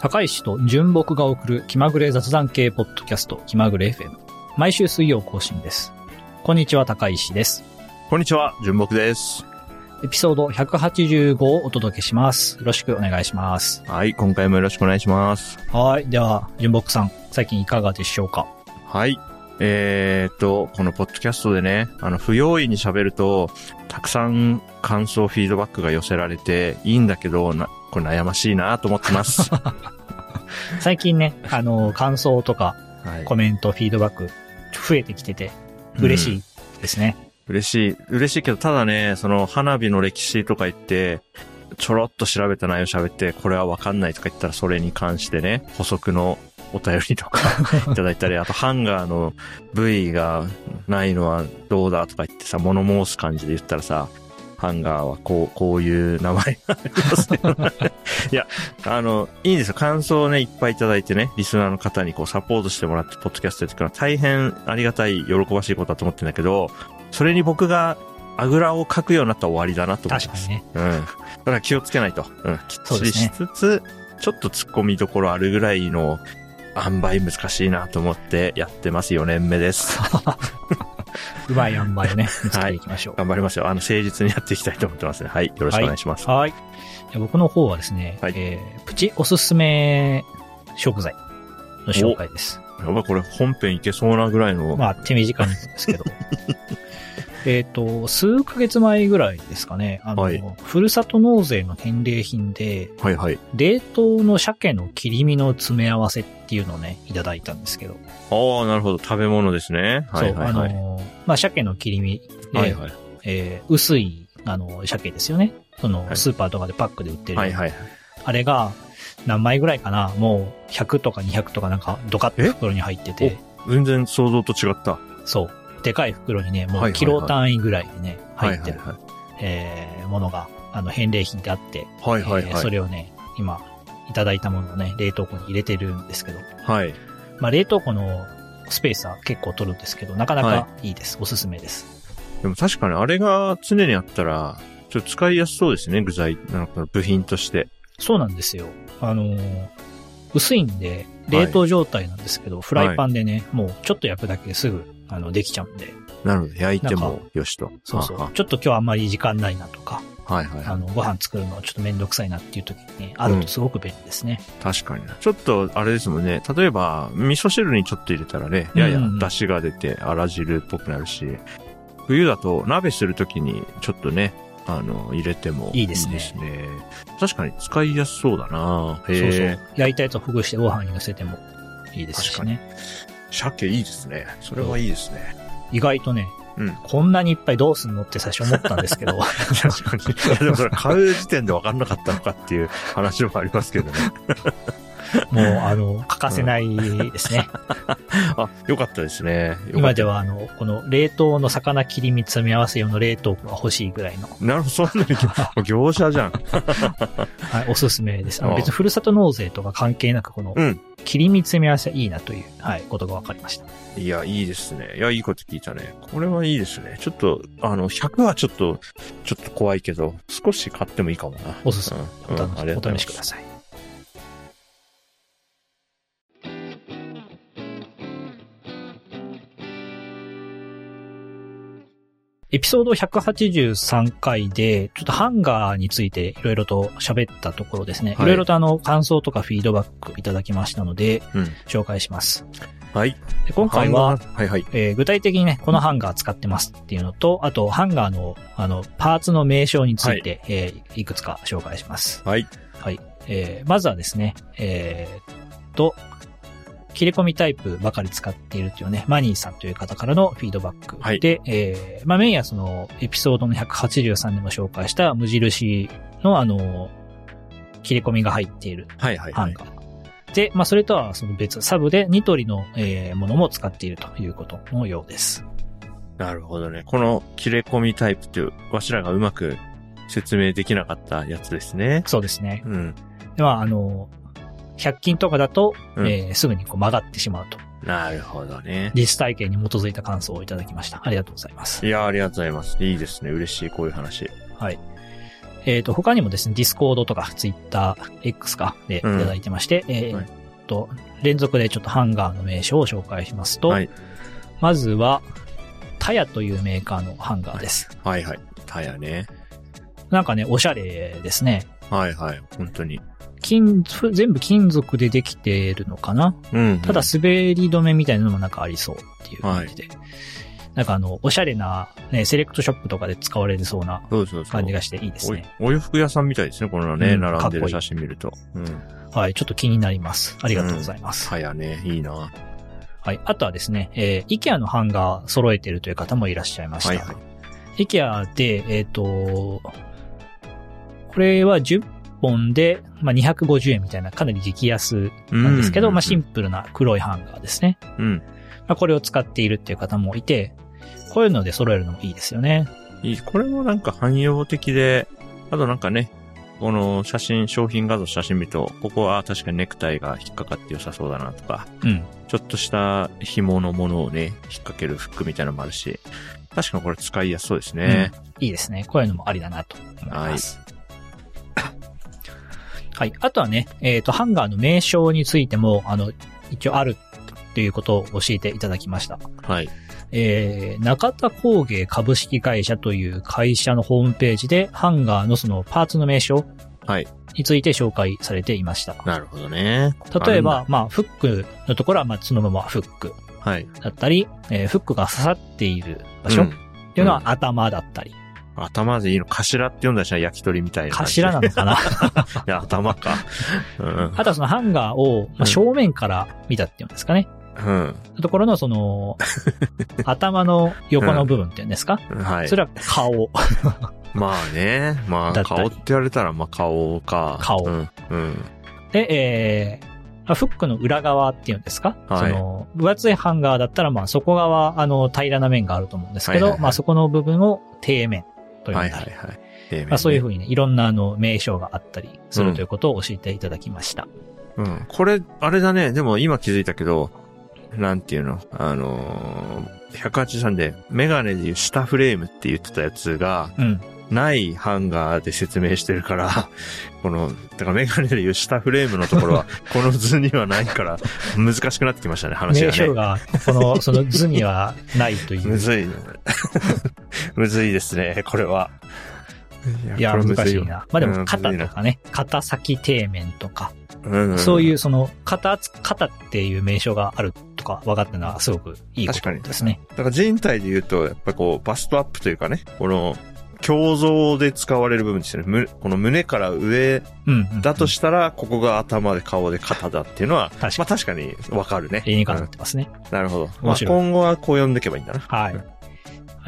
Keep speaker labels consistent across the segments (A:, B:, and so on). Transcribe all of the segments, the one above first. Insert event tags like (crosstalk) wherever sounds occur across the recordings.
A: 高石と純木が送る気まぐれ雑談系ポッドキャスト気まぐれ FM。毎週水曜更新です。こんにちは、高石です。
B: こんにちは、純木です。
A: エピソード185をお届けします。よろしくお願いします。
B: はい、今回もよろしくお願いします。
A: はい。では、純木さん、最近いかがでしょうか
B: はい。えーっと、このポッドキャストでね、あの、不用意に喋ると、たくさん感想、フィードバックが寄せられて、いいんだけど、な、これ悩ましいなと思ってます。は
A: 最近ね、あの、 (laughs) 感想とか
B: い
A: コメント、フィードバック、増えてきてて、嬉し
B: うん
A: いですね。
B: 嬉しい。嬉しいけど、ただね、その、花火の歴史とか言って、ちょろっと調べた内容喋って、これはわかんないとか言ったら、それに関してね、補足のお便りと
A: (laughs)
B: かいただいたり、あとハンガーの部位がないのはどうだとか言ってさ、物申す感じで言ったらさ、ハンガーはこう、こういう名前がありますよ
A: (laughs)
B: いや、あの、いいんですよ。感想をね、いっぱいいただいてね、リスナーの方にこう、サポートしてもらって、ポッドキャストやっていくのは大変ありがたい、喜ばしいことだと思ってんだけど、それに僕が、あぐらをかくようになったら終わりだなと思い
A: 確か
B: ます
A: に。ね。
B: うん。だから気をつけないと。うん。きっ
A: そう
B: ち
A: で
B: り
A: すね
B: しつつ、ちょっと突っ込みどころあるぐらいの塩梅難しいなと思ってやってます。4年目です。
A: うまい塩梅を
B: (laughs)
A: ね、見つけていきましょう。
B: 頑張りますよ。あの、誠実にやっていきたいと思ってますね。はい。よろしくお願いします。
A: はい。で僕の方はですね、
B: はい
A: えープチおすすめ食材の紹介です。
B: やばい、これ本編いけそうなぐらいの。
A: まあ、手短にです
B: (laughs)
A: けど。えっと、数ヶ月前ぐらいですかね、あの、
B: はい
A: ふるさと納税の返礼品で、
B: はいはい。
A: 冷凍の鮭の切り身の詰め合わせっていうのをね、いただいたんですけど、
B: ああ、なるほど。食べ物ですね。はいは
A: そ
B: い
A: う、
B: は
A: あ
B: い。
A: のー、まあ、鮭の切り身で、
B: はいはい。
A: えー薄い、あの、鮭ですよね。そ
B: は
A: の、
B: い
A: スーパーとかでパックで売ってる。
B: はいはい。
A: あれが、何枚ぐらいかなもう、100とか200とかなんか、ドカッと袋に入ってて、
B: 全然想像と違った。
A: そう。でかい袋にね、も
B: は
A: う
B: いはいはい
A: キロ単位ぐらいでね、
B: は
A: 入
B: い
A: っ
B: は
A: て
B: い
A: る、
B: はい。
A: えーものが、あの、返礼品であって、
B: はいはい
A: えー
B: は
A: そ
B: い。
A: れをね、今、いただいたものをね、冷凍庫に入れてるんですけど、
B: はい。
A: まあ、冷凍庫のスペースは結構取るんですけど、なかなかいいです。おすすめです。
B: でも確かにあれが常にあったら、ちょっと使いやすそうですね。具材、なんか部品として。
A: そうなんですよ。あのー薄いんで、冷凍状態なんですけど、フライパンでね、もうちょっと焼くだけですぐ、あの、できちゃうんで、
B: なるほど。焼いて
A: なん
B: もよしと。
A: そうそう
B: あ。
A: ちょっと今日あんまり時間ないなとか、
B: あはいはいは
A: あの、ご飯作るのちょっとめんどくさいなっていう時にね、あるとすごく便利ですね。
B: い。確かにな。ちょっと、あれですもんね。例えば、味噌汁にちょっと入れたらね、やや
A: うん
B: 出汁が出て、あら汁っぽくなるし、冬だと鍋するときにちょっとね、あの、入れても
A: いいですね
B: ね確かに使いやすそうだなへ
A: そうそ
B: え
A: う。。焼いたやつをほぐしてご飯に乗せてもいいですしね。
B: 鮭いいですね。それはいいですね。
A: 意外とね、
B: うん
A: こんなにいっぱいどうすんのって最初思ったんですけ (laughs) ど、
B: 確かに。いやでもそれ買う時点で分かんなかったのかっていう話もありますけどね。
A: もう、あの、欠かせない (laughs) ですね。
B: あ、よかったですね。よか
A: 今
B: った
A: では、あの、この冷凍の魚切り身詰め合わせ用の冷凍庫が欲しいぐらいの、
B: なるほど、そんなに業業者じゃん。
A: はい、おすすめです。あの
B: ああ
A: 別にふるさと納税とか関係なく、この
B: うん、
A: 切り身詰め合わせいいなという、はい、ことが分かりました。
B: いや、いいですね。いや、いいこと聞いたね。これはいいですね。ちょっと、あの、100はちょっと、ちょっと怖いけど、少し買ってもいいかもな。
A: おすすめ。
B: う
A: お
B: ん
A: 楽
B: うんありがとうござ
A: お
B: いま
A: 試し
B: す
A: ください。エピソード183回で、ちょっとハンガーについていろいろと喋ったところですね。
B: はい
A: いろいろとあの、感想とかフィードバックいただきましたので、
B: うん。
A: 紹介します。
B: はい。
A: で今回は、
B: ハンガー、はいはい。
A: えー具体的にね、このハンガー使ってますっていうのと、あと、ハンガーの、あの、パーツの名称について、えーいくつか紹介します。
B: はい。
A: はい。えーまずはですね、えーっと、切れ込みタイプばかり使っているというね、マニーさんという方からのフィードバックで、
B: はい
A: えーまあメインはその、エピソードの183でも紹介した無印のあの、切れ込みが入っている
B: はいはい
A: ハ
B: は
A: ン
B: い。
A: ガー。で、まあそれとはその別、サブでニトリの、えーものも使っているということのようです。
B: なるほどね。この切れ込みタイプっていう、わしらがうまく説明できなかったやつですね。
A: そうですね。
B: うん。
A: でまああの、100均とかだと、
B: うん
A: えーすぐにこう曲がってしまうと。
B: なるほどね。
A: 実体験に基づいた感想をいただきました。ありがとうございます
B: い。や、ありがとうございます。いいですね。嬉しい、こういう話。
A: はい。えっ、と、他にもですね、ディスコードとか、ツイッター、X か、で、いただいてまして、えっ、
B: はい
A: と、連続でちょっとハンガーの名称を紹介しますと、
B: はい
A: まずは、タヤというメーカーのハンガーです。
B: はいはい。タヤね。
A: なんかね、おしゃれですね。
B: はいはい。本当に。
A: 金、全部金属でできてるのかな
B: うん。
A: ただ、滑り止めみたいなのもなんかありそうっていう感じで。なんかあの、おしゃれな、ね、セレクトショップとかで使われそうな
B: そうそうそう。
A: 感じがしていいですね。
B: おお洋服屋さんみたいですね、このね、
A: うん
B: 並んで
A: かっこ
B: る
A: いい
B: 写真見ると。うん。
A: はい、ちょっと気になります。ありがとうございます。
B: タヤね、いいな。は
A: はい、あとはですね、えー、IKEA のハンガー揃えてるという方もいらっしゃいました。
B: いはい。
A: IKEA で、えっ、と、これは10本で、まあ、250円みたいなかなり激安なんですけど、まあ、シンプルな黒いハンガーですね。
B: うん。
A: まあ、これを使っているっていう方もいて、こういうので揃えるのもいいですよね。
B: いい。これもなんか汎用的で、あとなんかね、この写真、商品画像写真見ると、ここは確かにネクタイが引っかかって良さそうだなとか、
A: うん。
B: ちょっとした紐のものをね、引っ掛けるフックみたいなのもあるし、確かにこれ使いやすそうですね。
A: いいですね。こういうのもありだなと思います。はい。あとはね、えっ、と、ハンガーの名称についても、あの、一応あるっていうことを教えていただきました。
B: はい。
A: えー、中田工芸株式会社という会社のホームページで、ハンガーのそのパーツの名称
B: はい
A: について紹介されていました。
B: なるほどね。
A: 例えば、まあ、フックのところは、まあ、そのままフック
B: あるんだ、はい。
A: だったり、えーフックが刺さっている場所
B: う
A: っ
B: ん
A: ていうのは
B: う
A: 頭だったり、
B: 頭でいいの頭って読んだりしたら焼き鳥みたいな感じ。
A: 頭なのかない
B: や、頭か。 (laughs) うん。
A: (laughs) あとはそのハンガーを、ま
B: う
A: あ、
B: ん
A: 正面から見たっていうんですかね。
B: う
A: ところのそ
B: (laughs)
A: の、頭の横の部分っていうんですか、
B: ん。はい
A: そ。れは顔。
B: まあね。ま
A: だった
B: あ、
A: り
B: 顔って言われたら、まあ顔か。
A: 顔
B: うん。うん。
A: で、えーまあフックの裏側っていうんですか、
B: はい
A: その、分厚いハンガーだったら、まあ、底側、あの、平らな面があると思うんですけど、
B: はいはいはい
A: まあ、そこの部分を底面と呼んだ
B: はい
A: り、
B: はいはい。平面ね
A: まあ、そういうふうにね、いろんな、あの、名称があったりするということを教えていただきました。
B: うん。これ、あれだね。でも今気づいたけど、なんていうのあのー、183で、メガネでいう下フレームって言ってたやつが、
A: うん。
B: ないハンガーで説明してるから、 (laughs) この、だからメガネでいう下フレームのところは、この図にはないから、難しくなってきましたね、話
A: 名
B: がね
A: 称。が、こ
B: (laughs)
A: の、その図にはないとい
B: む (laughs)
A: う。
B: ずい。むずいですね、これは。
A: いや、
B: これむ
A: 難
B: ず
A: し
B: よ
A: いな。まあで
B: う
A: も、
B: ん
A: 肩
B: むず
A: と
B: いな
A: かね、肩先底面とか、
B: うん
A: そういうその、肩厚、肩っていう名称があるとか分かったのはすごくいいこ
B: 確か
A: と
B: に
A: ですね。
B: だから人体で言うと、やっぱこう、バストアップというかね、この、胸像で使われる部分ですよね。むこの胸から上
A: うんうん、うん。
B: だと
A: し
B: したら、ここが頭で顔で肩だっていうのは、
A: 確
B: ま
A: か
B: あ確かにわかるね。
A: に。絵に飾ってますね。
B: うんなるほど。ま
A: 面
B: あ
A: 白い
B: 今後はこう読んでいけばいいんだな。
A: はい。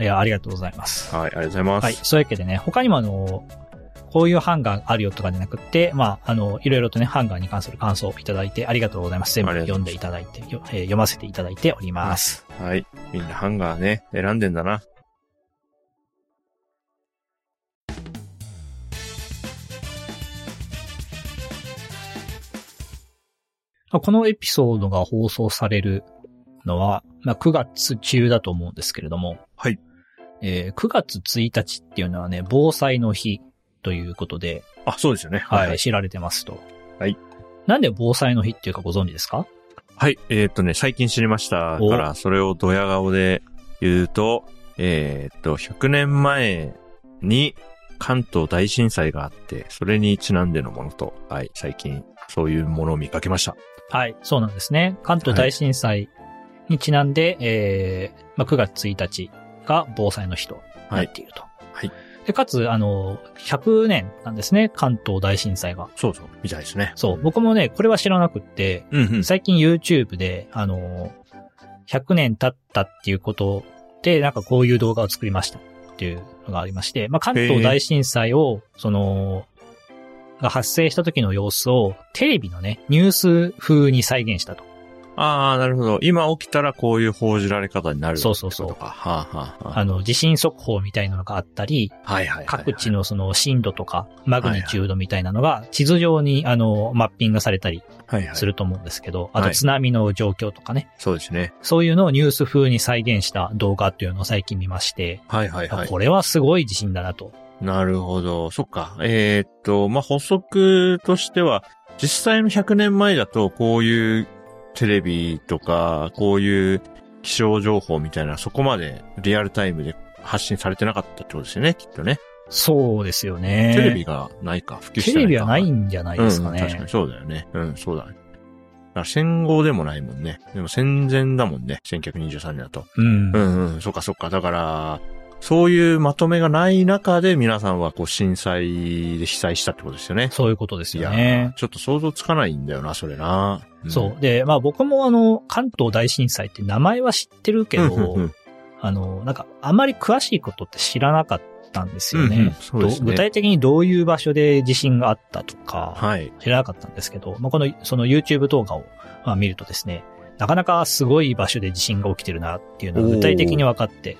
A: いや、ありがとうございます。
B: はい、ありがとうございます。
A: はい。そういうわけでね、他にもあの、こういうハンガーあるよとかじゃなくって、まあ、あの、いろいろとね、ハンガーに関する感想をいただいてありがとうございます。全部
B: ありがと
A: 読
B: うんござ
A: で
B: い
A: いただいて、よえー読ませていただいております。
B: はい。みんなハンガーね、選んでんだな。
A: まあこのエピソードが放送されるのは、まあ、9月中だと思うんですけれども。
B: はい。
A: えー9月1日っていうのはね、防災の日ということで、
B: あ、そうですよね。
A: はい、。知られてますと。
B: はい。
A: なんで防災の日っていうかご存知ですか
B: はい。えーっとね、最近知りました
A: お
B: から、それをドヤ顔で言うと、えーっと、100年前に関東大震災があって、それにちなんでのものと、はい、最近そういうものを見かけました。
A: はい、そうなんですね。関東大震災にちなんで、えーまあ、9月1日が防災の日となっていると。
B: はいは
A: で、かつ、あの、100年なんですね、関東大震災が。
B: そうそう、みたいですね。
A: そう、僕もね、これは知らなくって、
B: うんうん。
A: 最近 YouTube で、あの、100年経ったっていうことで、なんかこういう動画を作りましたっていうのがありまして、まあ、関東大震災を、その、が発生した時の様子をテレビのね、ニュース風に再現したと。
B: ああ、なるほど。今起きたらこういう報じられ方になる
A: そうそうそう
B: ってことか。はあ、はあ、は
A: あの、地震速報みたいなのがあったり、
B: あ、はいはいはい。
A: 各地のその震度とかマグニチュードみたいなのが地図上にあの、マッピングされたり
B: はいはい
A: す。ると思うんですけど、あと
B: はい
A: 津波の状況とかね、
B: そうですね。
A: そういうのをニュース風に再現した動画っていうのを最近見まして、
B: はいはいはい。
A: これはすごい自信だなと
B: なるほど。そっか。えーっと、まあ、補足としては、実際の100年前だと、こういうテレビとか、こういう気象情報みたいな、そこまでリアルタイムで発信されてなかったってことですよね、きっとね。
A: そうですよね。
B: テレビがないか、普及して
A: テ
B: ない
A: レ
B: か。
A: ビはない
B: ん
A: んじゃないですかね。
B: うん、確かにそうだよね。うん、そうだね。だから戦後でもないもんね。でも戦前だもんね。1923年だと。
A: うん
B: うんうん、そっかそっか。だから、そういうまとめがない中で皆さんはこう震災で被災したってことですよね。
A: そういうことです
B: い
A: よ
B: や
A: ね
B: ー。ちょっと想像つかないんだよな、それな。ん
A: そう。で、まあ僕もあの、関東大震災って名前は知ってるけ
B: うん
A: ど、
B: うんうん
A: あの、なんかあまり詳しいことって知らなかったんですよね。
B: うんうんそうですね
A: ど具体的にどういう場所で地震があったとか、
B: はい。。
A: 知らなかったんですけど、まあこの、その YouTube 動画を、まあ、見るとですね、なかなかすごい場所で地震が起きてるなっていうのが具体的に分かって、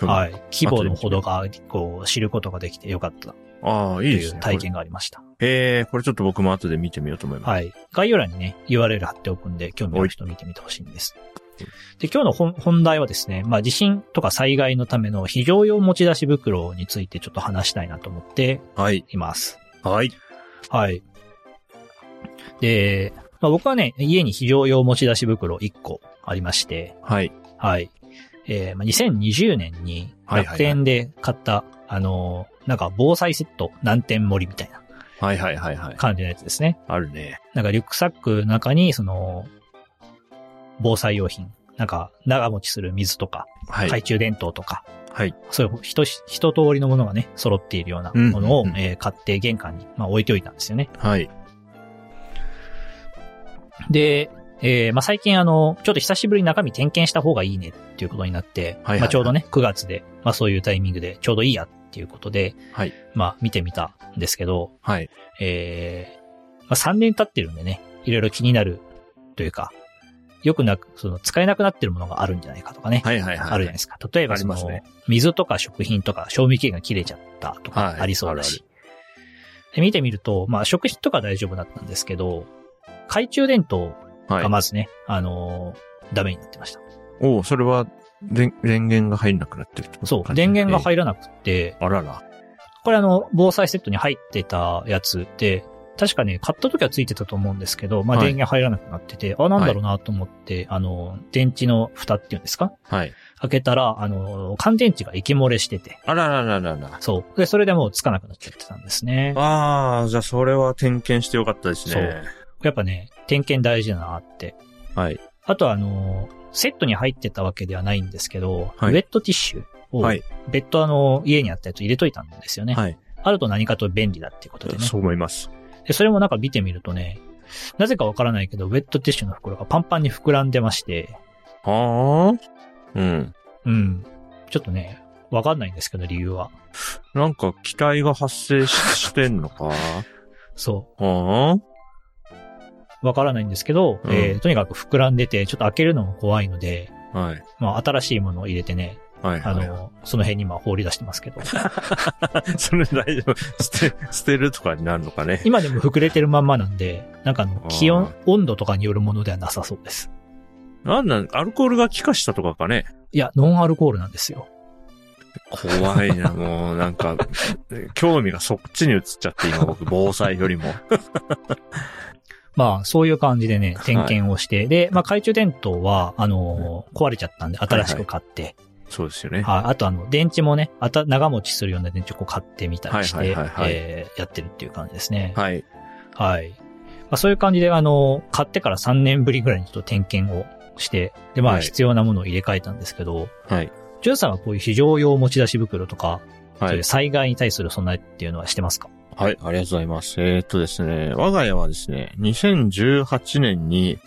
A: はいい。規模のほどが、こう、知ることができてよかった
B: ああ、
A: と
B: いいで
A: い
B: す
A: う
B: ね。
A: 体験がありました。
B: これ。ええー、これちょっと僕も後で見てみようと思います。
A: はい。概要欄にね、URL 貼っておくんで、興味ある人見てみてほしいんです。で、今日の本本題はですね、まあ地震とか災害のための非常用持ち出し袋についてちょっと話したいなと思って
B: はい。
A: います。
B: はい。
A: はい。で、まあ僕はね、家に非常用持ち出し袋1個ありまして、
B: はい。
A: はい。えーまあ、2020年に
B: はいはいは
A: 楽
B: い
A: 天で買った、あのーなんか防災セット何点盛りみたいな
B: はいはいはいはい。
A: 感じのやつですね。
B: あるね。
A: なんかリュックサックの中に、その、防災用品、なんか長持ちする水とか、
B: はい。
A: 懐中電灯とか、
B: はい。
A: そういう一し一通りのものがね、揃っているようなものを、
B: うんうんうん
A: えー買って玄関に、まあ、置いておいたんですよね。
B: はい。
A: で、えーまあ、最近あの、ちょっと久しぶりに中身点検した方がいいねっていうことになって、
B: はいはいはい
A: まあ、ちょうどね、9月で、まあ、そういうタイミングでちょうどいいやっていうことで、
B: はい
A: まあ、見てみたんですけど、
B: はい。
A: えーまあ、3年経ってるんでね、いろいろ気になるというか、よくなく、その、使えなくなってるものがあるんじゃないかとかね、
B: はいはいはい。
A: あるじゃないですか。例えば、その、
B: ありますね
A: 水とか食品とか賞味期限が切れちゃったと
B: はい
A: かありそうだし。で見てみると、まあ、食品とか大丈夫だったんですけど、懐中電灯
B: はい
A: が。まずね、あのーダメになってました。
B: おうそれは、電、電源が入んなくなってるってこと
A: そう。電源が
B: る。
A: 入らなくて、
B: えーあらら。
A: これあの、防災セットに入ってたやつで、確かね、買った時はついてたと思うんですけど、まあ
B: はい
A: 電源入らなくなってて、あ、なんだろうなと思って、あの、電池の蓋っていうんですか
B: はい。
A: 開けたら、あの、乾電池が液漏れしてて、
B: あららららら。
A: そう。で、それでもうつかなくなっちゃってたんですね。
B: ああ、じゃあそれは点検してよかったですね。
A: やっぱね、点検大事だなって。
B: はい。
A: あとはあの、セットに入ってたわけではないんですけど、
B: はい
A: ウェットティッシュを
B: はい。
A: 別途あの、家にあったやつ入れといたんですよね。
B: はい。
A: あると何かと便利だっていうことでね。
B: そう思います。
A: で、それもなんか見てみるとね、なぜかわからないけど、ウェットティッシュの袋がパンパンに膨らんでまして、
B: はあ。うん。
A: うん。ちょっとね、わかんないんですけど、理由は。
B: なんか、機体が発生ししてんの
A: (laughs)
B: かは
A: そ
B: あ
A: う。わからないんですけど、
B: うん
A: えーとにかく膨らんでて、ちょっと開けるのも怖いので、
B: はい。
A: まあ、新しいものを入れてね、
B: はい。
A: あ
B: はい。
A: の、その辺に今放り出してますけど、
B: (laughs) それ大丈夫。捨て、捨てるとかになるのかね。
A: 今でも膨れてるまんまなんで、なんかあの
B: あ、ー
A: 気温、温度とかによるものではなさそうです。
B: なんなん、アルコールが気化したとかかね。
A: いや、ノンアルコールなんですよ。
B: 怖いな、
A: (laughs)
B: もう、なんか、興味がそっちに移っちゃって、今僕、防災よりも。
A: まあ、そういう感じでね、点検をして、で、まあ、懐中電灯は、あのー壊れちゃったんで、新しく買って、
B: そうですよね。
A: はいあと、あの、電池もね、あた、長持ちするような電池をこう買ってみたりして、
B: はいはいはいはい
A: えーやってるっていう感じですね。
B: はい。
A: はい。まあ、そういう感じで、あのー買ってから3年ぶりぐらいにちょっと点検をして、で、ま
B: は
A: あ、
B: い
A: 必要なものを入れ替えたんですけど、
B: はい。
A: ジュンさんはこういう非常用持ち出し袋とか、
B: は
A: そうい。
B: いう
A: 災害に対する備えっていうのはしてますか
B: はい、ありがとうございます。えーっとですね、我が家はですね、2018年に、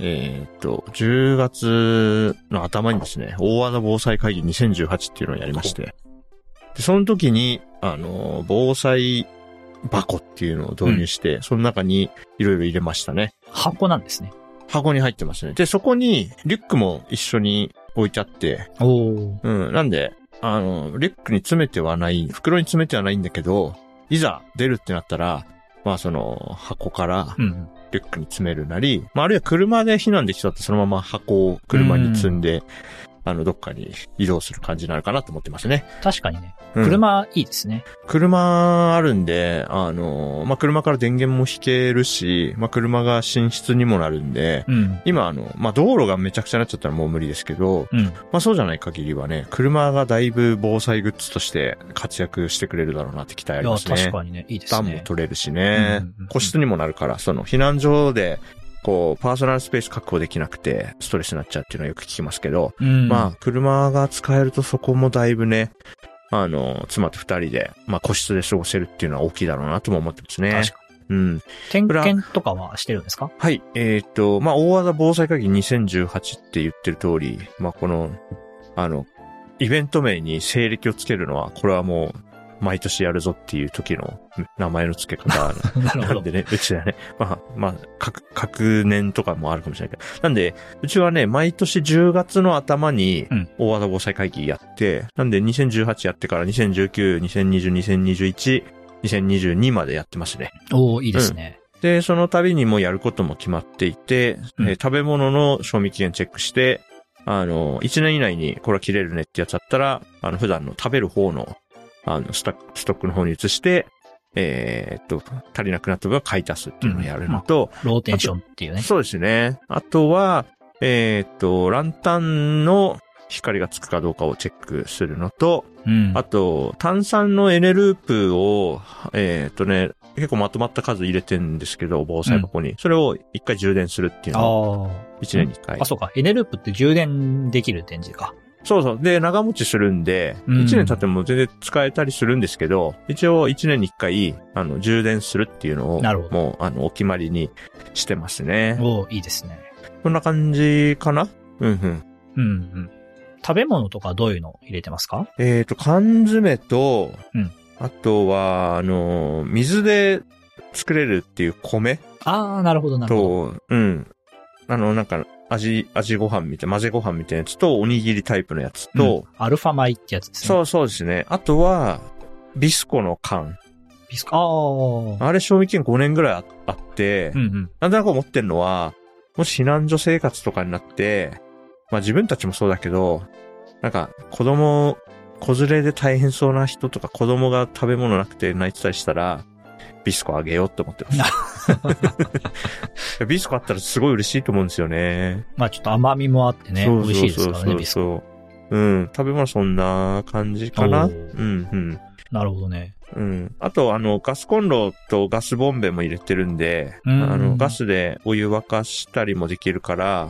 B: えーっと、10月の頭にですね、大和田防災会議2018っていうのをやりまして、でその時に、あの、防災箱っていうのを導入して、その中にいろいろ入れましたね。
A: 箱なんですね。
B: 箱に入ってますね。で、そこにリュックも一緒に置いてあって、
A: おお。
B: うん。なんで、あの、リュックに詰めてはない、袋に詰めてはないんだけど、いざ出るってなったら、まあその、箱から
A: うん。
B: リュックに詰めるなり、まああるいは車で避難できたってそのまま箱を車に積んで、あの、どっかに移動する感じになるかなと思ってますね。
A: 確かにね。
B: うん
A: 車いいですね。
B: 車あるんで、あの、まあ、車から電源も引けるし、まあ、車が寝室にもなるんで、
A: うん。
B: 今あの、まあ、道路がめちゃくちゃになっちゃったらもう無理ですけど、
A: うん。
B: まあ、そうじゃない限りはね、車がだいぶ防災グッズとして活躍してくれるだろうなって期待あ
A: い
B: り
A: や、
B: ますね。
A: 確かにね、いいです
B: 暖も
A: ね。
B: 取れるし
A: う
B: ね
A: んうんうん。
B: 個室にもなるから、その避難所で、こう、パーソナルスペース確保できなくて、ストレスになっちゃうっていうのはよく聞きますけど、
A: うん。
B: まあ、車が使えるとそこもだいぶね、あの、妻と二人で、まあ、個室で過ごせるっていうのは大きいだろうなとも思ってますね。
A: 確か
B: うん。
A: 点検とかはしてるんですか
B: はい。えーっと、まあ、大技防災会議2018って言ってる通り、まあ、この、あの、イベント名に西暦をつけるのは、これはもう、毎年やるぞっていう時の名前の付け方
A: (laughs) なる
B: な
A: ほ
B: ん
A: ど。
B: でね、うちはね、まあ、まあ、各、各年とかもあるかもしれないけど。なんで、うちはね、毎年10月の頭に
A: うん、
B: 大和田防災会議やって、なんで2018やってから2019、2020、2021、2022までやってますね。
A: おおいいですね。
B: で、その度にもうやることも決まっていて、
A: うん
B: えー食べ物の賞味期限チェックして、あの、1年以内にこれは切れるねってやつだったら、あの、普段の食べる方の、あの、スタック、ストックの方に移して、えーっと、足りなくなった分は買い足すっていうのをやるのと、
A: ローテンションっていうね。
B: そうですね。あとは、えーっと、ランタンの光がつくかどうかをチェックするのと、
A: うん。
B: あと、炭酸のエネループを、えーっ、とね、結構まとまった数入れてんですけど、防災箱に。それを一回充電するっていう
A: あ
B: のを、
A: ー
B: 一年に一回
A: あ、。そうか。エネループって充電できる電池か。
B: そうそう。で、長持ちするんで、一、
A: うん
B: 年経っても全然使えたりするんですけど、一応一年に一回、あの、充電するっていうのを、
A: なるほど
B: もう、あの、お決まりにしてますね。
A: おおいいですね。
B: こんな感じかなうんうん。
A: うんうん。食べ物とかどういうの入れてますか
B: えっ、と、缶詰と、
A: うん
B: あとは、あの、水で作れるっていう米
A: ああ、なるほど、なるほど。
B: と、うん。あの、なんか、味、味ご飯みたい、混ぜご飯みたいなやつと、おにぎりタイプのやつ
A: う
B: と、
A: んアルファ米ってやつですね。
B: そうそうですね。あとは、ビスコの缶。
A: ビスコああ。
B: あれ、賞味期限5年ぐらいああって、
A: うんうん。
B: なんとなく思ってんのは、もし避難所生活とかになって、まあ自分たちもそうだけど、なんか、子供、子連れで大変そうな人とか、子供が食べ物なくて泣いてたりしたら、ビスコあげようって思って
A: (laughs)
B: ます。 (laughs) ビスコあったらすごい嬉しいと思うんですよね。
A: まあちょっと甘みもあってね、
B: そう
A: 美味しいですから
B: そうそうそ
A: ね、
B: う
A: ビスコ。
B: うん。食べ物そんな感じかな。
A: お
B: う
A: ー
B: ん、うん。
A: なるほどね。
B: うん。あと、あの、ガスコンロとガスボンベも入れてるんで、
A: うん
B: あの、ガスでお湯沸かしたりもできるから、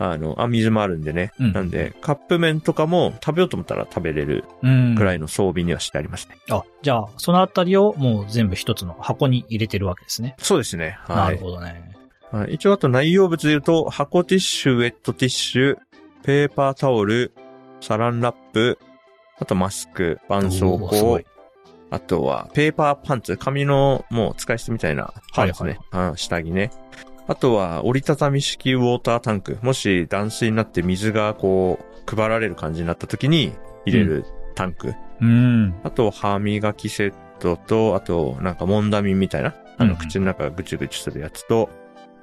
B: あの、あ、水もあるんでね。
A: うん
B: なんで、カップ麺とかも食べようと思ったら食べれる
A: うん。
B: くらいの装備にはしてありますね。
A: あ、じゃあ、そのあたりをもう全部一つの箱に入れてるわけですね。
B: そうですね。
A: な
B: は
A: る
B: い。
A: ほどね。
B: はい一応、あと内容物で言うと、箱ティッシュ、ウェットティッシュ、ペーパータオル、サランラップ、あとマスク、絆創
A: おーすご
B: 膏
A: い、
B: あとはペーパーパンツ、紙のもう使い捨てみたいなパンツね、うん下着ね。あとは折りたたみ式ウォータータンク。もし断水になって水がこう配られる感じになった時に入れるタンク。
A: うん。
B: あと歯磨きセットと、あとなんかもんだみみたいな、あ
A: う
B: の
A: ん
B: 口の中がぐちゅぐちゅするやつと、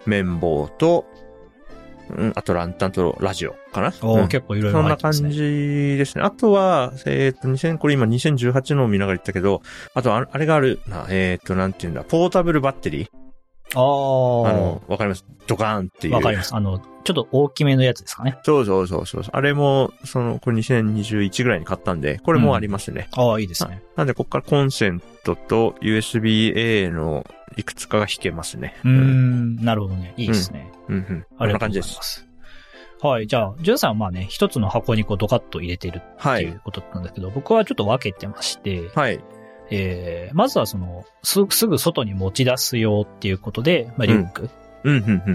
B: 綿棒と、うん、あとランタンとラジオかな。
A: お
B: う
A: ー
B: ん
A: 結構いろいろ
B: そん
A: 入
B: な
A: ってま
B: 感
A: すね。
B: じですね。あとは、えっ、と、2000、これ今2018のを見ながら言ったけど、あとあ、あれがあるな、えっ、と、なんていうんだ、ポータブルバッテリー。
A: ああ。
B: あの、わかりますドカーンっていう。
A: わかります。あの、ちょっと大きめのやつですかね。
B: そうそうそうそう。あれも、その、これ2021ぐらいに買ったんで、これもありますね。
A: ああ、いいですね。
B: なんで、ここからコンセントと USB-A のいくつかが引けますね。
A: うーん、なるほどね。いいですね。
B: うんうん。
A: あ
B: こん
A: り
B: な
A: がとう
B: 感
A: ご
B: じ
A: ざい
B: で。
A: ますす。はい。じゃあ、ジュンさんはまあね、一つの箱にこうドカッと入れてるっ
B: は
A: てい
B: い。
A: うことなんだけど、僕はちょっと分けてまして、
B: はい。
A: えー、まずはその、すすぐ外に持ち出す用っていうことで、まあ、リュック。
B: うんうんうん。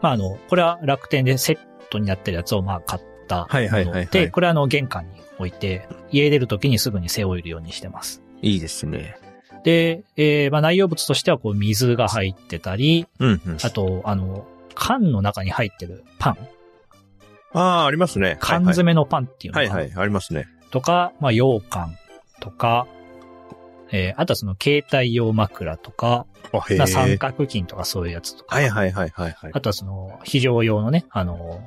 A: まあ、あの、これは楽天でセットになってるやつをまあ買った
B: はいはいはいは
A: の
B: い
A: で、これはあの、玄関に置いて、家出るときにすぐに背負えるようにしてます。
B: いいですね。
A: で、えー、まあ内容物としてはこう、水が入ってたり、
B: うんうん。
A: あと、あの、缶の中に入ってるパン、
B: ああー、ありますね。
A: 缶詰のパンっていうの
B: は
A: が、
B: いはい。はいはい、ありますね。
A: とか、まあ、羊羹とか、えー、あとはその携帯用枕とか、
B: あ、へ
A: まあ
B: え。
A: 三角巾とかそういうやつとか、
B: はいはいはいはいはい。
A: あとはその、非常用のね、あの、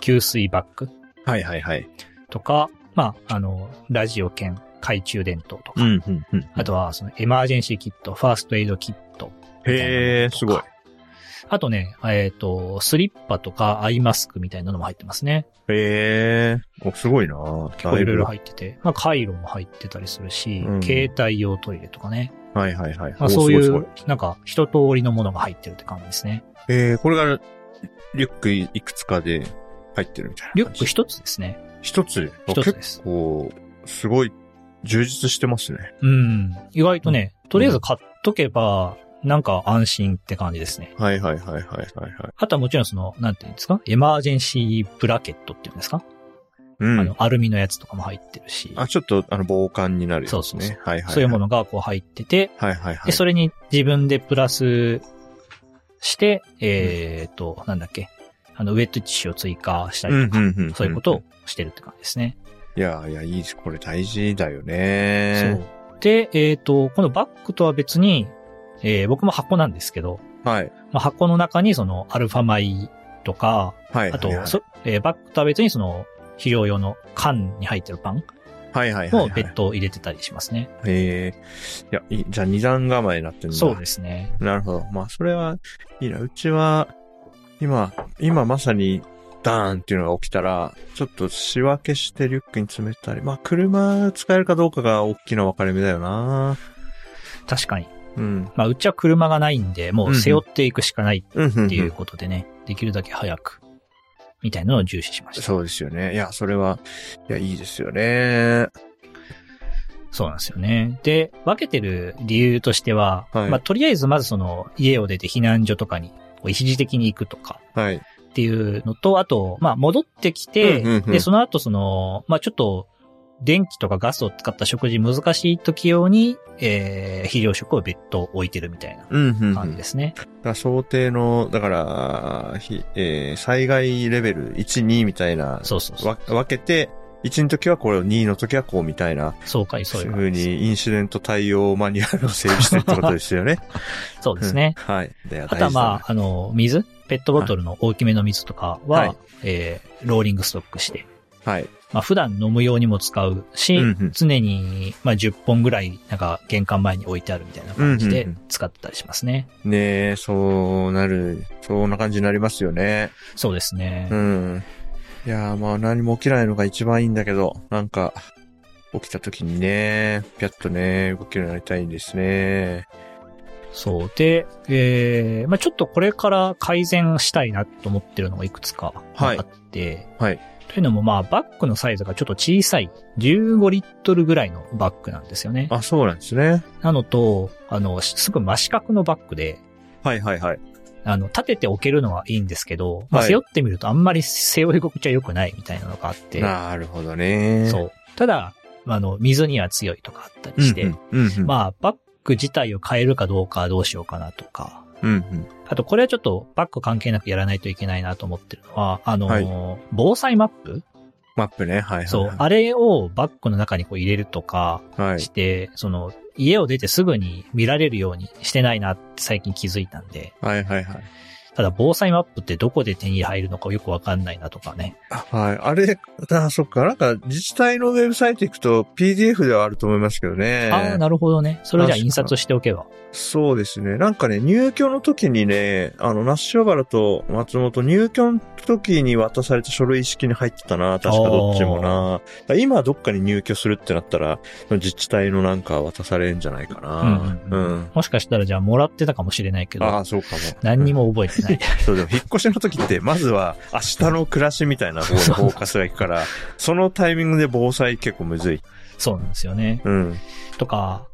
A: 給水バッグ
B: はいはいはい。
A: とか、まあ、あの、ラジオ兼懐中電灯とか、
B: うん、うん、うん。
A: あとは、その、エマージェンシーキット、ファーストエイドキット。
B: へえ、すごい。。
A: あとね、えっ、と、スリッパとかアイマスクみたいなのも入ってますね。
B: へえ、お、すごいな
A: 結構
B: だ
A: いろ
B: い
A: い
B: ぶ。
A: ろ
B: は
A: 入ってて。まあ、カイロも入ってたりするし、
B: うん
A: 携帯用トイレとかね。
B: いはいはい。
A: まあ、
B: お
A: そうい
B: すごす
A: う、なんか、一通りのものが入ってるって感じですね。
B: ごいへえ、これが、リュックいくつかで入ってるみたい
A: リ
B: な感じ。
A: ュック一つですね。
B: 一つ
A: 一つです
B: 結構、すごい、充実してますね。
A: うん。意外とね、とりあえず買っとけば、なんか安心って感じですね。
B: はいはいはいはいはいはい。
A: あとはもちろんその、なんていうんですかエマージェンシーブラケットっていうんですか、
B: う
A: あ
B: ん。
A: の、アルミのやつとかも入ってるし、
B: あ、ちょっと、あの、防寒になるやつね。
A: そうそうそう
B: はいはい、はい。
A: そういうも。のがこう入ってて、
B: はいはいはい。
A: で、それに自分でプラスして、えっ、と、なんだっけ、あの、ウェットティッシュを追加したりとか、
B: うんうんうんうん
A: そういうことをしてるって感じですね。
B: いやいや、いいし、これ大事だよね。
A: そう。で、えっ、と、このバッグとは別に、えー僕も箱なんですけど、
B: はい。
A: まあ、箱の中にそのアルファ米とか、
B: はい。
A: あと、
B: はいはい
A: そえーバッグとは別にその、肥料用の缶に入ってるパン
B: はいはいはい、
A: も
B: はい
A: 別。途入れてたりしますね。
B: ええいや、いいじゃあ二段構えになってんだ。
A: そうですね。
B: なるほど。まあ、それは、いいな。うちは、今、今まさに、ダーンっていうのが起きたら、ちょっと仕分けしてリュックに詰めたり、まあ、車使えるかどうかが大きな分かれ目だよな。
A: 確かに。
B: うん。
A: まあ、うちは車がないんで、もう背負っていくしかない
B: うん、うん。
A: っていうことでね、できるだけ早く、みたいなのを重視しました。
B: そうですよね。いや、それは、いや、いいですよね。
A: そうなんですよね。で、分けてる理由としては、
B: はい
A: まあ、とりあえずまずその、家を出て避難所とかに、こう一時的に行くとか
B: はい。
A: っていうのと、あと、まあ、戻ってきて、
B: うんうんうん
A: で、その後その、まあ、ちょっと、電気とかガスを使った食事難しい時用に、えー、肥料食を別途置いてるみたいな
B: うん、うん、う
A: 感
B: ん
A: じで。すね。
B: だから想定の、だから、ひえー災害レベル1、2みたいな、
A: そうそうそう。
B: わ分けて、1の時はこれを、2の時はこうみたいな、
A: そうかい、そ
B: そ
A: ういう
B: うい
A: う
B: ふうにインシデント対応マニュアルを整備してるってことですよね。
A: (laughs) そうですね。
B: うんはい。で
A: あとはまあ、あの、水ペットボトルの大きめの水とかは、
B: はい
A: えー、ローリングストックして、
B: あ、はい。
A: まあ普段飲む用にも使うし、
B: うんうん
A: 常に、まあ10本ぐらい、なんか玄関前に置いてあるみたいな感じ
B: う
A: で
B: んうん
A: 使ってたりしますね。
B: ねえ、そうなる、そんな感じになりますよね。
A: そうですね。
B: うん。いやーまあ何も起きないのが一番いいんだけど、なんか、起きた時にね、ぴゃっとね、動けるようになりたいんですね。
A: そう。で、えー、まあちょっとこれから改善したいなと思ってるのがいくつかあ
B: はい
A: って、
B: はい
A: というのもまあバッグのサイズがちょっと小さい、15リットルぐらいのバッグなんですよね。
B: あ、そうなんですね。
A: なのと、あの、すぐ真四角のバッグで、
B: はいはいはい。
A: あの、立てておけるのはいいんですけど、まあ、
B: はい
A: 背負ってみるとあんまり背負い心地は良くないみたいなのがあって、
B: なるほどね。
A: そう。ただ、あの、水には強いとかあったりして、
B: うんうん、うんうん、あ、
A: まあ、バッグ自体を変えるかどうかどうしようかなとか、
B: うんうん。
A: あと、これはちょっとバッグ関係なくやらないといけないなと思ってるのは、あの、
B: はい
A: 防災マップ
B: マップね、はいはい、はい。
A: そう。あれをバッグの中にこう入れるとか
B: はい。
A: して、その、家を出てすぐに見られるようにしてないなって最近気づいたんで、
B: はいはいはい。
A: ただ防災マップってどこで手に入るのかよくわかんないなとかね。
B: あはい。あれ、あ、そっか。なんか、自治体のウェブサイト行くと PDF ではあると思いますけどね。
A: ああ、なるほどね。それをじゃあ
B: 確か
A: 印刷しておけば。
B: そうですね。なんかね、入居の時にね、あの、那須塩原と松本、入居の時に渡された書類式に入ってたな。確かどっちもな。だから今どっかに入居するってなったら、自治体のなんか渡されるんじゃないかな。
A: うんうんもしかしたらじゃあもらってたかもしれないけ
B: あ
A: ど、
B: あ、そうかも。
A: 何にも覚えてない。
B: そう、でも引っ越しの時って、まずは明日の暮らしみたいな方にフォーカスがい
A: (laughs)
B: くから、そのタイミングで防災結構むずい。
A: (laughs) そうなんですよね。
B: うん。
A: とか、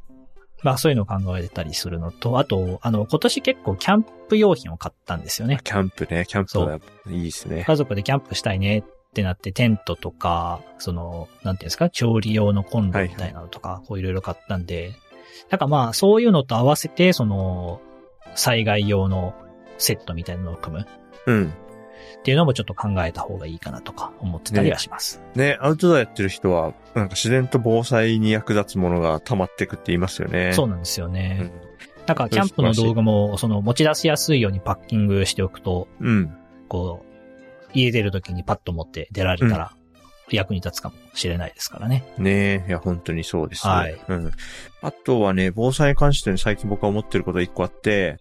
A: まあそういうのを考えてたりするのと、あと、あの、今年結構キャンプ用品を買ったんですよね。
B: キャンプね、キャンプはやっぱいいですね。
A: 家族でキャンプしたいねってなって、テントとか、その、なんていうんですか、調理用のコンロみたいなのとか、こういろいろ買ったんで、なんかまあそういうのと合わせて、その、災害用のセットみたいなのを組む。
B: うん。
A: っていうのもちょっと考えた方がいいかなとか思ってたりはします。
B: ね、アウトドアやってる人は、なんか自然と防災に役立つものが溜まってくって言いますよね。
A: そう
B: う。
A: なんですよね。
B: うん。
A: なんかキャンプの道具も、その持ち出しやすいようにパッキングしておくと、
B: うん。
A: こう、家出るときにパッと持って出られたら、役に立つかもしれないですからね。
B: ねえ、いや、本当にそうです、ね。
A: はい
B: うん。あとはね、防災に関してね最近僕は思ってることが一個あって、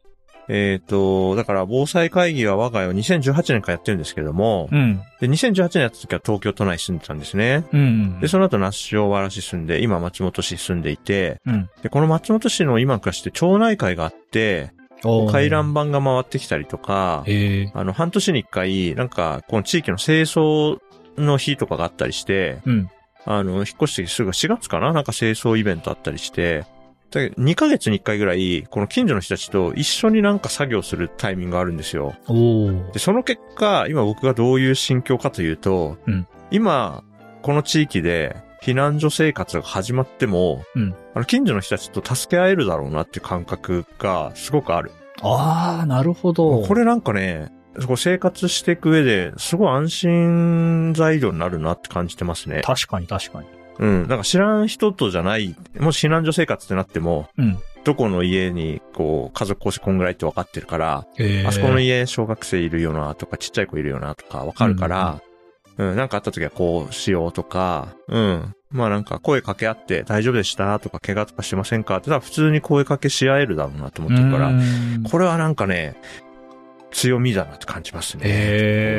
B: えっ、と、だから防災会議は我が家は2018年からやってるんですけども、
A: うん。
B: で、2018年やった時は東京都内に住んでたんですね。
A: うん、うん。
B: で、その後那須塩原市住んで、今松本市住んでいて、
A: うん。
B: で、この松本市の今暮らしって町内会があって、
A: おー
B: 回覧板が回ってきたりとか、
A: へえ。
B: あの、半年に一回、なんか、この地域の清掃の日とかがあったりして、
A: うん。
B: あの、引っ越してすぐ4月かななんか清掃イベントあったりして、だ2ヶ月に1回ぐらい、この近所の人たちと一緒になんか作業するタイミングがあるんですよ。
A: おー
B: で、その結果、今僕がどういう心境かというと、
A: うん
B: 今、この地域で避難所生活が始まっても、
A: うん
B: あの、近所の人たちと助け合えるだろうなっていう感覚がすごくある。
A: ああ、なるほど。
B: これなんかね、こう生活していく上で、すごい安心材料になるなって感じてますね。
A: 確かに確かに。
B: うん。なんか知らん人とじゃない、もし避難所生活ってなっても、
A: うん。
B: どこの家に、こう、家族構成こんぐらいって分かってるから、
A: へえ。
B: あそこの家小学生いるよなとか、ちっちゃい子いるよなとか分かるから、うん、なんかあった時はこうしようとか、うん。まあなんか声かけ合って大丈夫でしたとか、怪我とかしてませんかって、だから普通に声かけし合えるだろうなと思ってるから、
A: うん
B: これはなんかね、強みだなって感じますね。
A: へ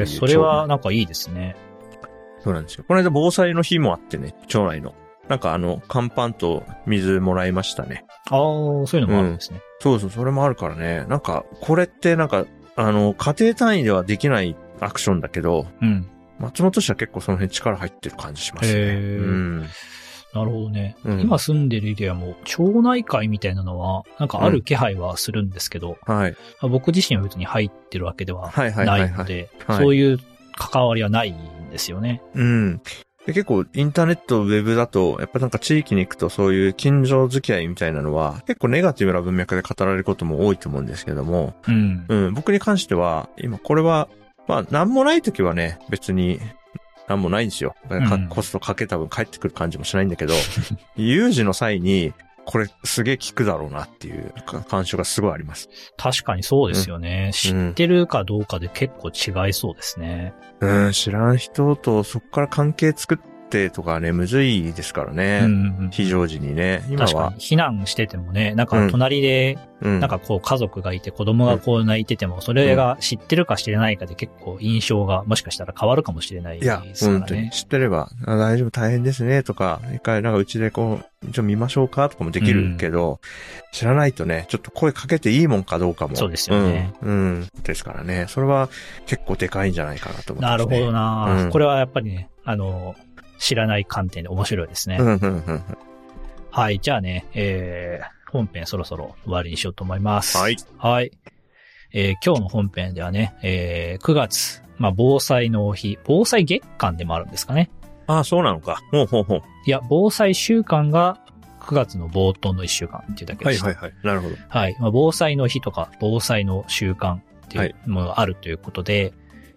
A: え、
B: こ
A: そう
B: い
A: れ
B: う
A: は
B: 町
A: なんかいいですね。
B: 内。そうなんですよ。この間防災の日もあってね、町内の。なんかあの、乾パンと水もらいましたね。
A: ああ、そういうのもあるんですね。
B: そうそう、それもあるからね。なんか、これってなんか、あの、家庭単位ではできないアクションだけど、
A: うん。
B: 松本市は結構その辺力入ってる感じしますね。
A: へー
B: うん。
A: なるほどね。
B: うん
A: 今住んでるエリアも、町内会みたいなのは、なんかある気配はするんですけど、
B: はい。
A: 僕自身は別に入ってるわけでは
B: はいはいは、
A: ない
B: はいい。
A: ので、
B: はい
A: そういう関わりはないんですよね。
B: うん。で結構インターネット、ウェブだと、やっぱなんか地域に行くとそういう近所付き合いみたいなのは、結構ネガティブな文脈で語られることも多いと思うんですけども、
A: うん。
B: うん、僕に関しては、今これは、まあ、なんもない時はね、別に、なんもないんですよ。だから
A: うん
B: かコストかけた分帰ってくる感じもしないんだ
A: (laughs)
B: けど、有事の際に、これすげえ効くだろうなっていうか感触がすごいあります。
A: 確かにそうですよね。知ってるかどうかで結構違いそうですね。
B: うん、知らん人とそこから関係作ってとかね、むずいですから
A: う
B: ね。
A: んうんうん。
B: 非常時にね。今
A: 確か
B: は
A: に、。避難しててもね、なん
B: う
A: か
B: ん
A: 隣で、
B: うん
A: なんかこう家族がいて子供がこう泣いてても、それが知ってるか知れないかで結構印象がもしかしたら変わるかもしれない
B: い
A: です
B: や
A: か、ら
B: 本当に。
A: ね。
B: 知ってれば、あ大丈夫、大変ですね、とか、一回、なんかうちでこう、一応見ましょうか、とかもできるけど、知らないとね、ちょっと声かけていいもんかどうかも。
A: そうですよね。
B: うん。うんですからね。それは結構でかいんじゃないかなと思い
A: な
B: ます、
A: る
B: ね。
A: ほどな、
B: うん
A: これはやっぱりね、あの、知らない観点で面白いですね。
B: うん、うん、うん。
A: はい、じゃあね、えー、本編そろそろ終わりにしようと思います。
B: はい。
A: はい。えー、今日の本編ではね、えー、9月、まあ、防災の日、防災月間でもあるんですかね。
B: ああ、そうなのか。ほうほうほう。
A: いや、防災週間が9月の冒頭の1週間っていうだけです。
B: いはい。なるほど。
A: はい。まあ、防災の日とか、防災の習慣っていうものがあるということで、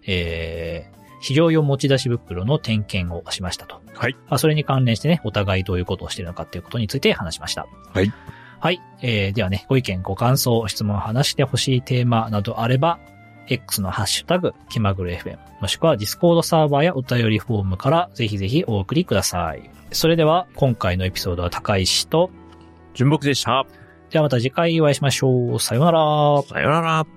A: えー、非常用持ち出し袋の点検をしましたと。
B: はい。
A: まあ、それに関連してね、お互いどういうことをしているのかっていうことについて話しました。
B: はい。
A: はい。えー、ではね、ご意見、ご感想、質問、話してほしいテーマなどあれば、X のハッシュタグ、気まぐれ FM、もしくは Discord サーバーやお便りフォームからぜひぜひお送りください。それでは、今回のエピソードは高石と、
B: 純木でした。
A: ではまた次回お会いしましょう。さようなら。
B: さよなら。